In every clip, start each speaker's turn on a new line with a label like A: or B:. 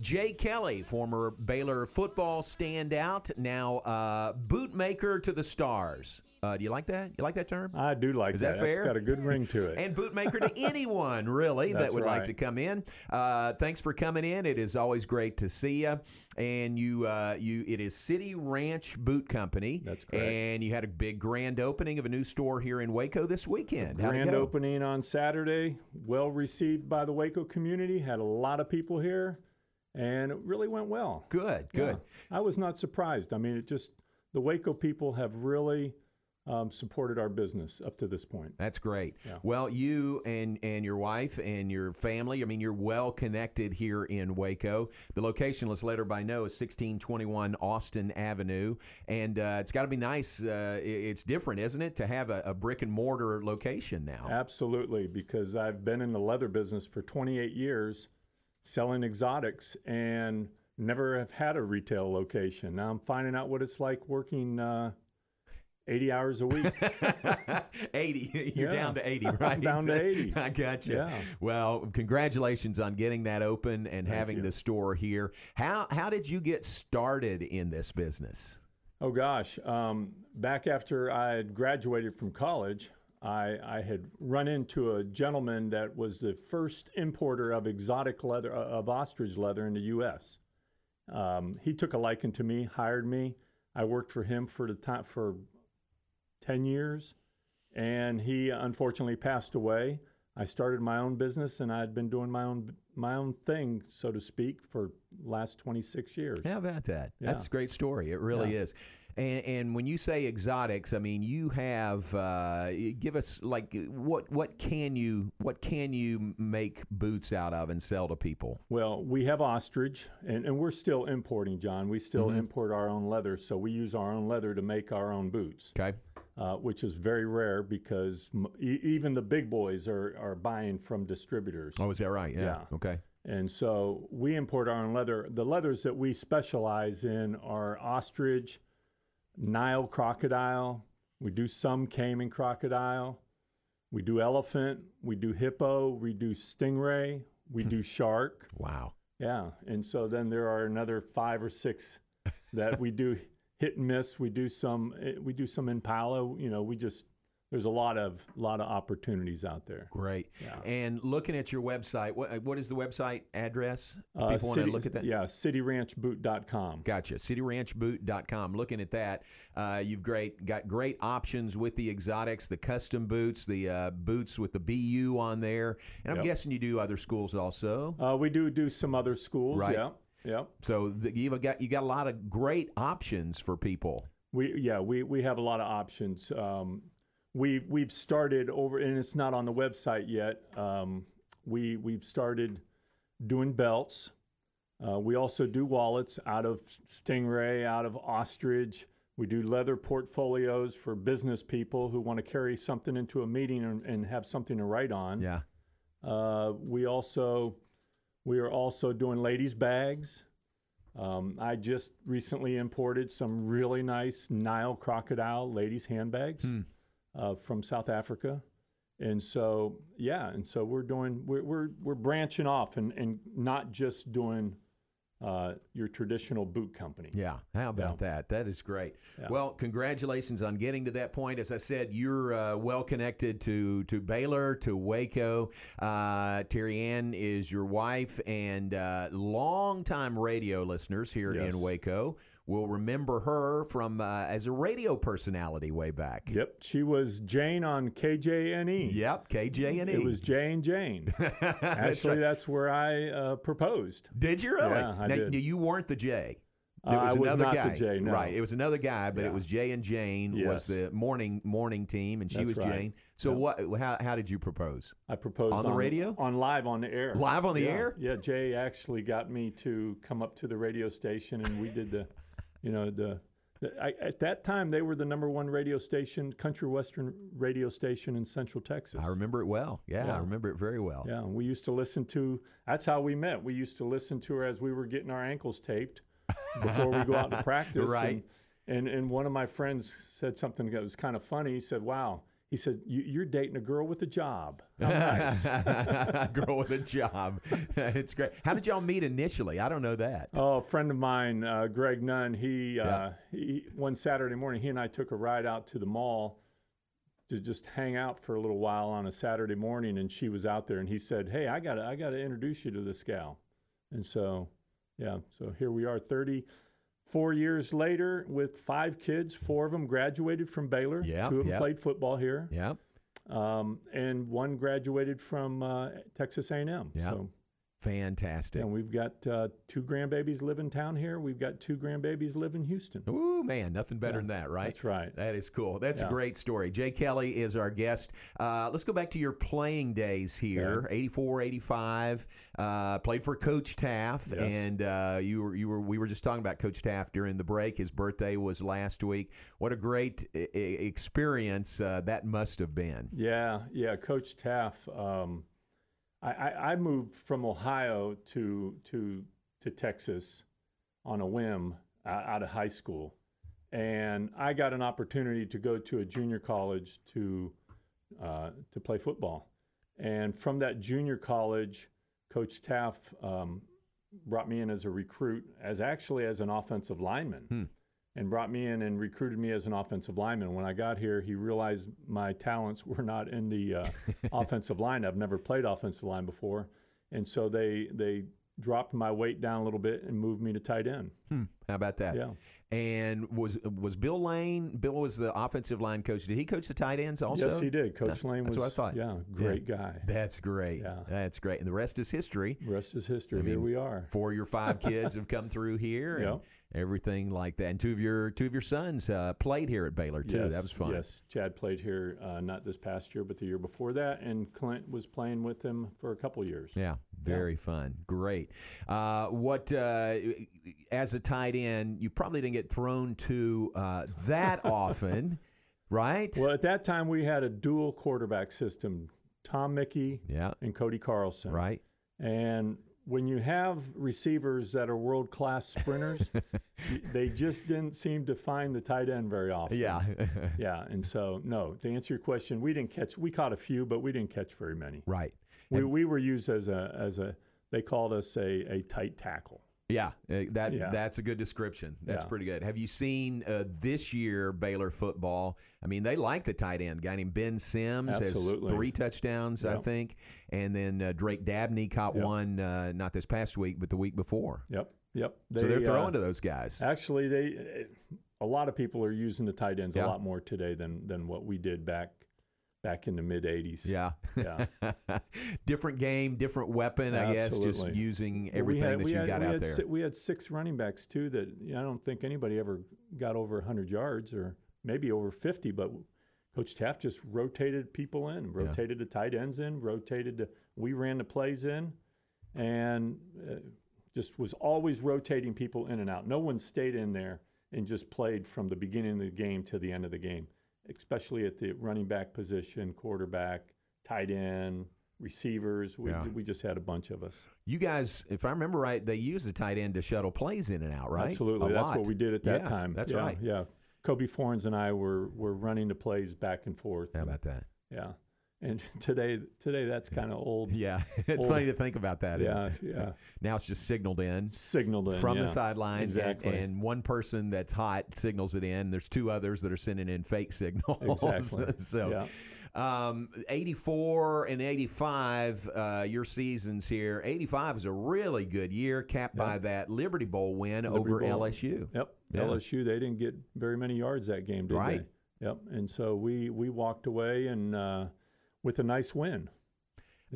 A: Jay Kelly, former Baylor football standout, now uh, bootmaker to the stars. Uh, do you like that? You like that term?
B: I do like
A: Is that fair?
B: It's got a good ring to it.
A: and bootmaker to anyone really that
B: That's
A: would like
B: right.
A: to come in. Uh, thanks for coming in. It is always great to see you. And you, uh, you, it is City Ranch Boot Company.
B: That's correct.
A: And you had a big grand opening of a new store here in Waco this weekend. How'd it
B: Grand
A: go?
B: opening on Saturday, well received by the Waco community. Had a lot of people here, and it really went well.
A: Good, good.
B: Yeah. I was not surprised. I mean, it just the Waco people have really um, supported our business up to this point.
A: That's great. Well, you and and your wife and your family, I mean, you're well connected here in Waco. The location, let's let everybody know, is 1621 Austin Avenue. And uh, it's got to be nice. Uh, i- it's different, isn't it, to have a, a brick and mortar location now?
B: Absolutely, because I've been in the leather business for 28 years selling exotics and never have had a retail location. Now I'm finding out what it's like working uh, 80 hours a week.
A: 80. You're
B: Yeah.
A: down to 80,
B: I'm
A: right?
B: down to 80.
A: I got you.
B: Yeah.
A: Well, congratulations on getting that open and having
B: you.
A: the store here. How, how did you get started in this business?
B: Oh gosh, um, back after I had graduated from college, I, I had run into a gentleman that was the first importer of exotic leather, uh, of ostrich leather in the U.S. Um, he took a liking to me, hired me. I worked for him for the time for ten years, and he unfortunately passed away. I started my own business, and I had been doing my own my own thing, so to speak, for last twenty six years.
A: How about that?
B: Yeah.
A: That's a great story. It really
B: Yeah.
A: is. And, and when you say exotics, I mean you have uh, give us like what what can you what can you make boots out of and sell to people?
B: Well, we have ostrich, and, and we're still importing, John. We still import our own leather, so we use our own leather to make our own boots,
A: Okay,
B: uh, which is very rare because m- e- even the big boys are, are buying from distributors.
A: oh, is that right?
B: Yeah.
A: Okay.
B: And so we import our own leather. The leathers that we specialize in are ostrich, Nile crocodile. We do some caiman crocodile. We do elephant. We do hippo. We do stingray. We do shark.
A: Wow.
B: Yeah, and so then there are another five or six that we do hit and miss. We do some, eh, we do some impala. You know, we just there's a lot of lot of opportunities out there.
A: Great. And looking at your website, what what is the website address? If
B: Uh,
A: people want
B: city-
A: to look at that.
B: Yeah, cityranchboot.com.
A: Gotcha. CityRanchBoot.com. Looking at that, uh, you've great got great options with the exotics, the custom boots, the uh, boots with the BU on there, and I'm
B: Yep.
A: guessing you do other schools also.
B: Uh, we do do some other schools.
A: Right.
B: Yeah, yeah.
A: So the, you've got you got a lot of great options for people.
B: We yeah we we have a lot of options. Um, we we've started over, and it's not on the website yet. Um, we we've started doing belts. Uh, we also do wallets out of stingray, out of ostrich. We do leather portfolios for business people who want to carry something into a meeting and, and have something to write on.
A: Yeah.
B: Uh, we also we are also doing ladies bags. Um, I just recently imported some really nice Nile crocodile ladies handbags
A: Hmm.
B: uh, from South Africa, and so yeah, and so we're doing we're we're, we're branching off and and not just doing uh, your traditional boot company.
A: Yeah. How about that? That is great. Well, congratulations on getting to that point. As I said, you're uh, well connected to to Baylor, to Waco. Uh, Terry Ann is your wife, and uh, longtime radio listeners here
B: Yes.
A: in Waco will remember her from uh, as a radio personality way back.
B: Yep, she was Jane on KJNE.
A: Yep. KJ and E.
B: It was Jane Jane. Actually, that's where I uh, proposed.
A: Did you really?
B: Yeah, I
A: now,
B: did.
A: You weren't the J.
B: Uh, I was not the J, no.
A: Right. It was another guy, but
B: Yeah.
A: it was Jay and Jane was
B: Yes.
A: the morning morning team, and she was
B: That's right.
A: Jane. So what? How, how did you propose?
B: I proposed
A: On the radio?
B: on live on the air.
A: Live on the
B: Yeah.
A: air?
B: Yeah, Jay actually got me to come up to the radio station, and we did the, you know the. the- I, at that time, they were the number one radio station, country western radio station in Central Texas.
A: I remember it well. Yeah, I remember it very well.
B: Yeah, and we used to listen to. That's how we met. We used to listen to her as we were getting our ankles taped before we go out to practice.
A: Right.
B: And, and and one of my friends said something that was kind of funny. He said, "Wow." He said, "You- "You're dating a girl with a job." How nice.
A: Girl with a job. it's great. How did y'all meet initially? I don't know that.
B: Oh, a friend of mine, uh, Greg Nunn. He,
A: Yeah.
B: uh, he one Saturday morning, he and I took a ride out to the mall to just hang out for a little while on a Saturday morning, and she was out there, and he said, "Hey, I got to I got to introduce you to this gal," and so yeah, so here we are, thirty. Four years later, with five kids, four of them graduated from Baylor.
A: Yep,
B: Two of them
A: yep.
B: played football here,
A: Yeah.
B: um, and one graduated from uh, Texas A&M.
A: Yeah.
B: So
A: Fantastic.
B: and we've got uh, two grandbabies live in town here. We've got two grandbabies live in Houston.
A: Ooh, man, nothing better
B: Yeah,
A: than that, right?
B: that's right.
A: That is cool. That's a
B: Yeah.
A: great story. Jay Kelly is our guest. Uh, let's go back to your playing days here, eighty four, eighty five. 84, 85. Uh, played for Coach Taft,
B: Yes.
A: and uh, you were you were we were just talking about Coach Taft during the break. His birthday was last week. What a great I- I- experience uh, that must have been.
B: Yeah, yeah. Coach Taff, um, I, I, I moved from Ohio to to to Texas on a whim uh, out of high school, and I got an opportunity to go to a junior college to uh, to play football. And from that junior college, Coach Taff um, brought me in as a recruit, as actually as an offensive lineman, and brought me in and recruited me as an offensive lineman. When I got here, he realized my talents were not in the uh, offensive line. I've never played offensive line before, and so they they dropped my weight down a little bit and moved me to tight end.
A: Hmm, How about that?
B: Yeah.
A: And was was Bill Lane? Bill was the offensive line coach. Did he coach the tight ends also?
B: yes, he did. Coach Lane
A: that's
B: was
A: what I thought.
B: yeah, great guy.
A: That's great.
B: Yeah.
A: That's great. And the rest is history.
B: Rest is history.
A: I
B: here
A: mean,
B: we are.
A: Four of your five kids have come through here and
B: Yep.
A: everything like that. And two of your two of your sons uh, played here at Baylor too. that was fun.
B: Yes, Chad played here uh, not this past year, but the year before that, and Clint was playing with him for a couple years.
A: Yeah, very fun. Great. Uh, what uh, as a tight end, you probably didn't get thrown to uh, that often, right?
B: Well, at that time we had a dual quarterback system: Tom Mickey
A: yeah,
B: and Cody Carlson.
A: right.
B: And when you have receivers that are world class sprinters, y- they just didn't seem to find the tight end very often.
A: Yeah.
B: Yeah, and so no. To answer your question, we didn't catch. We caught a few, but we didn't catch very many.
A: right.
B: We, we were used as a as a they called us a, a tight tackle.
A: Yeah, uh, that
B: Yeah.
A: that's a good description. That's
B: Yeah.
A: pretty good. Have you seen uh, this year Baylor football? I mean, they like the tight end. guy named Ben Sims
B: Absolutely.
A: has three touchdowns, I
B: Yep.
A: think, and then uh, Drake Dabney caught
B: Yep.
A: one uh, not this past week, but the week before.
B: Yep. Yep.
A: so they're
B: They,
A: throwing
B: uh,
A: to those guys.
B: Actually, they a lot of people are using the tight ends
A: Yeah.
B: a lot more today than than what we did back back in the mid '80s.
A: yeah,
B: yeah.
A: different game, different weapon. I guess just
B: Absolutely.
A: using
B: Well, we
A: everything
B: had-
A: that
B: we
A: you
B: had-
A: got
B: we
A: out
B: had
A: there.
B: si- we had six running backs too that you know, I don't think anybody ever got over 100 yards or maybe over 50. But Coach Taft just rotated people in, rotated the tight ends in, rotated. The, we ran the plays in, and uh, just was always rotating people in and out. No one stayed in there and just played from the beginning of the game to the end of the game, especially at the running back position, quarterback, tight end. Receivers, we,
A: Yeah.
B: we just had a bunch of us.
A: you guys, if I remember right, they used the tight end to shuttle plays in and out, right?
B: Absolutely.
A: A
B: that's
A: lot.
B: what we did at that
A: Yeah,
B: time.
A: That's
B: Yeah,
A: right.
B: Yeah. Kobe Forens and I were were running the plays back and forth.
A: How about that?
B: Yeah. And today today that's kind of old.
A: Yeah, it's
B: Old-
A: funny to think about that. isn't
B: Yeah,
A: it?
B: yeah.
A: Now it's just signaled in
B: Signaled in
A: from
B: yeah.
A: the sideline, and-
B: Exactly.
A: and, one person that's hot signals it in. There's two others that are sending in fake signals.
B: Exactly.
A: so, um, 84 and 85, uh, your seasons here. 85 is a really good year, capped by that Liberty Bowl win over
B: Bowl.
A: LSU.
B: Yep.
A: Yeah.
B: LSU, they didn't get very many yards that game, did
A: Right.
B: they? Yep. And so we we walked away and uh, with a nice win.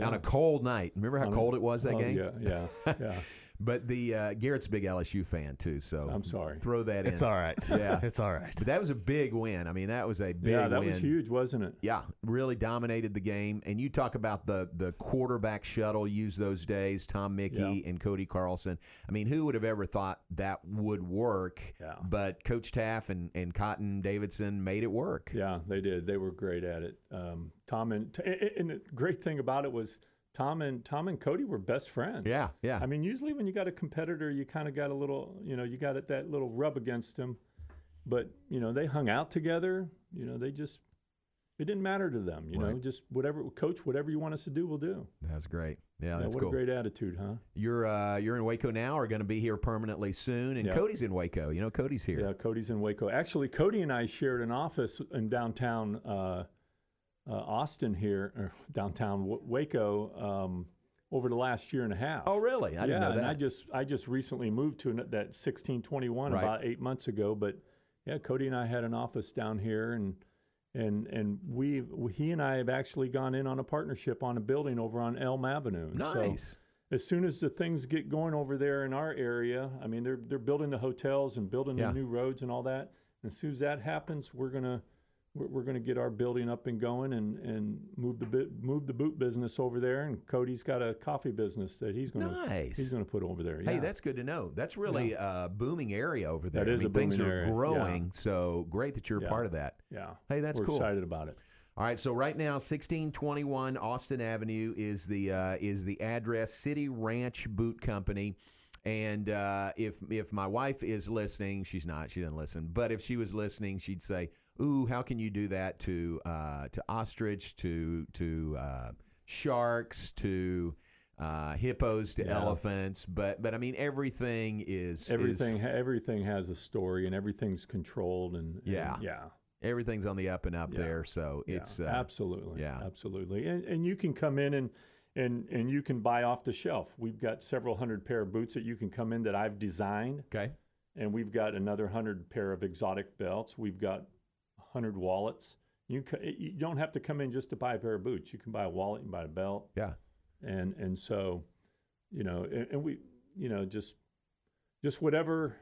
A: On a cold night. Remember how
B: On a-
A: cold it was that
B: Oh,
A: game?
B: Yeah, yeah, yeah.
A: But the uh, Garrett's a big LSU fan, too. So
B: I'm sorry.
A: throw that in.
C: It's all right.
A: Yeah.
C: It's all right.
A: But that was a big win. I mean, that was a big
B: yeah, that
A: win.
B: was huge, wasn't it?
A: Yeah, really dominated the game. And you talk about the the quarterback shuttle used those days, Tom Mickey and Cody Carlson. I mean, who would have ever thought that would work?
B: Yeah.
A: But Coach Taff and, and Cotton Davidson made it work.
B: Yeah, they did. They were great at it. Um, Tom and t- and the great thing about it was Tom and Tom and Cody were best friends.
A: Yeah, yeah.
B: I mean, usually when you got a competitor, you kind of got a little, you know, you got it, that little rub against them. But you know, they hung out together. You know, they just It didn't matter to them, you know.
A: Right.
B: Just whatever, coach, whatever you want us to do, we'll do.
A: That's great. Yeah,
B: Yeah,
A: that's
B: what
A: cool.
B: a great attitude, huh?
A: You're uh, you're in Waco now. Are going to be here permanently soon. And
B: Yeah.
A: Cody's in Waco. You know, Cody's here.
B: Yeah, Cody's in Waco. Actually, Cody and I shared an office in downtown uh, uh, Austin here, or downtown w- Waco, um, over the last year and a half.
A: Oh, really? I
B: yeah,
A: didn't know
B: and
A: that.
B: I just I just recently moved to an, that 1621
A: Right.
B: about eight months ago. But yeah, Cody and I had an office down here, and and and we he and I have actually gone in on a partnership on a building over on Elm Avenue. So-
A: nice.
B: as soon as the things get going over there in our area, I mean, they're they're building the hotels and building
A: Yeah.
B: the new roads and all that. And as soon as that happens, we're gonna we're, we're gonna get our building up and going and and move the bi- move the boot business over there. And Cody's got a coffee business that he's gonna
A: Nice.
B: he's gonna put over there.
A: Hey,
B: yeah.
A: that's good to know. That's really a booming area over there.
B: That
A: I
B: is
A: mean,
B: a booming
A: things are
B: area, yeah.
A: growing, so great that you're a
B: Yeah.
A: part of that.
B: yeah.
A: Hey, that's
B: we're
A: cool.
B: excited about it.
A: All right, so right now, sixteen twenty one Austin Avenue is the uh, is the address. City Ranch Boot Company, and uh, if if my wife is listening, she's not. She doesn't listen. But if she was listening, she'd say, "Ooh, how can you do that to uh, to ostrich, to to uh, sharks, to uh, hippos, to
B: Yeah.
A: elephants?" But but I mean, everything is is,
B: Everything ha everything has a story and everything's controlled and, and
A: Yeah.
B: yeah.
A: everything's on the up and up
B: Yeah.
A: there. So
B: Yeah,
A: it's uh,
B: absolutely,
A: yeah.
B: absolutely, and and you can come in and and and you can buy off the shelf. We've got several hundred pair of boots that you can come in that I've designed,
A: okay.
B: and we've got another hundred pair of exotic belts. We've got hundred wallets. You c- you don't have to come in just to buy a pair of boots. You can buy a wallet, you can buy a belt,
A: Yeah.
B: and and so, you know, and, and we, you know, just just whatever.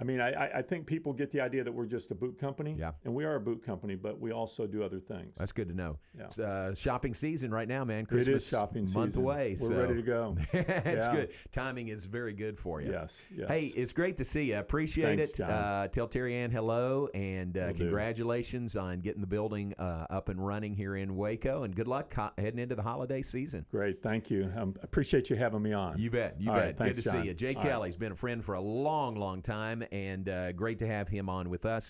B: I mean, I, I- I think people get the idea that we're just a boot company,
A: Yeah.
B: and we are a boot company, but we also do other things.
A: That's good to know.
B: Yeah.
A: It's, uh, shopping season right now, man.
B: It
A: Christmas
B: is shopping season.
A: month away.
B: We're
A: so.
B: ready to go.
A: it's
B: Yeah.
A: good. Timing is very good for you.
B: Yes. Yes.
A: Hey, it's great to see you. Appreciate
B: Thanks,
A: it.
B: John.
A: Uh, tell Terry Ann hello and uh,
B: Will do.
A: congratulations on getting the building uh, up and running here in Waco. And good luck co- heading into the holiday season.
B: Great. Thank you. Um, appreciate you having me on.
A: You bet. You
B: All
A: bet.
B: right, thanks,
A: Good to see
B: John.
A: you. Jay
B: All right.
A: Kelly's been a friend for a long, long time, and uh, great to have him on with us.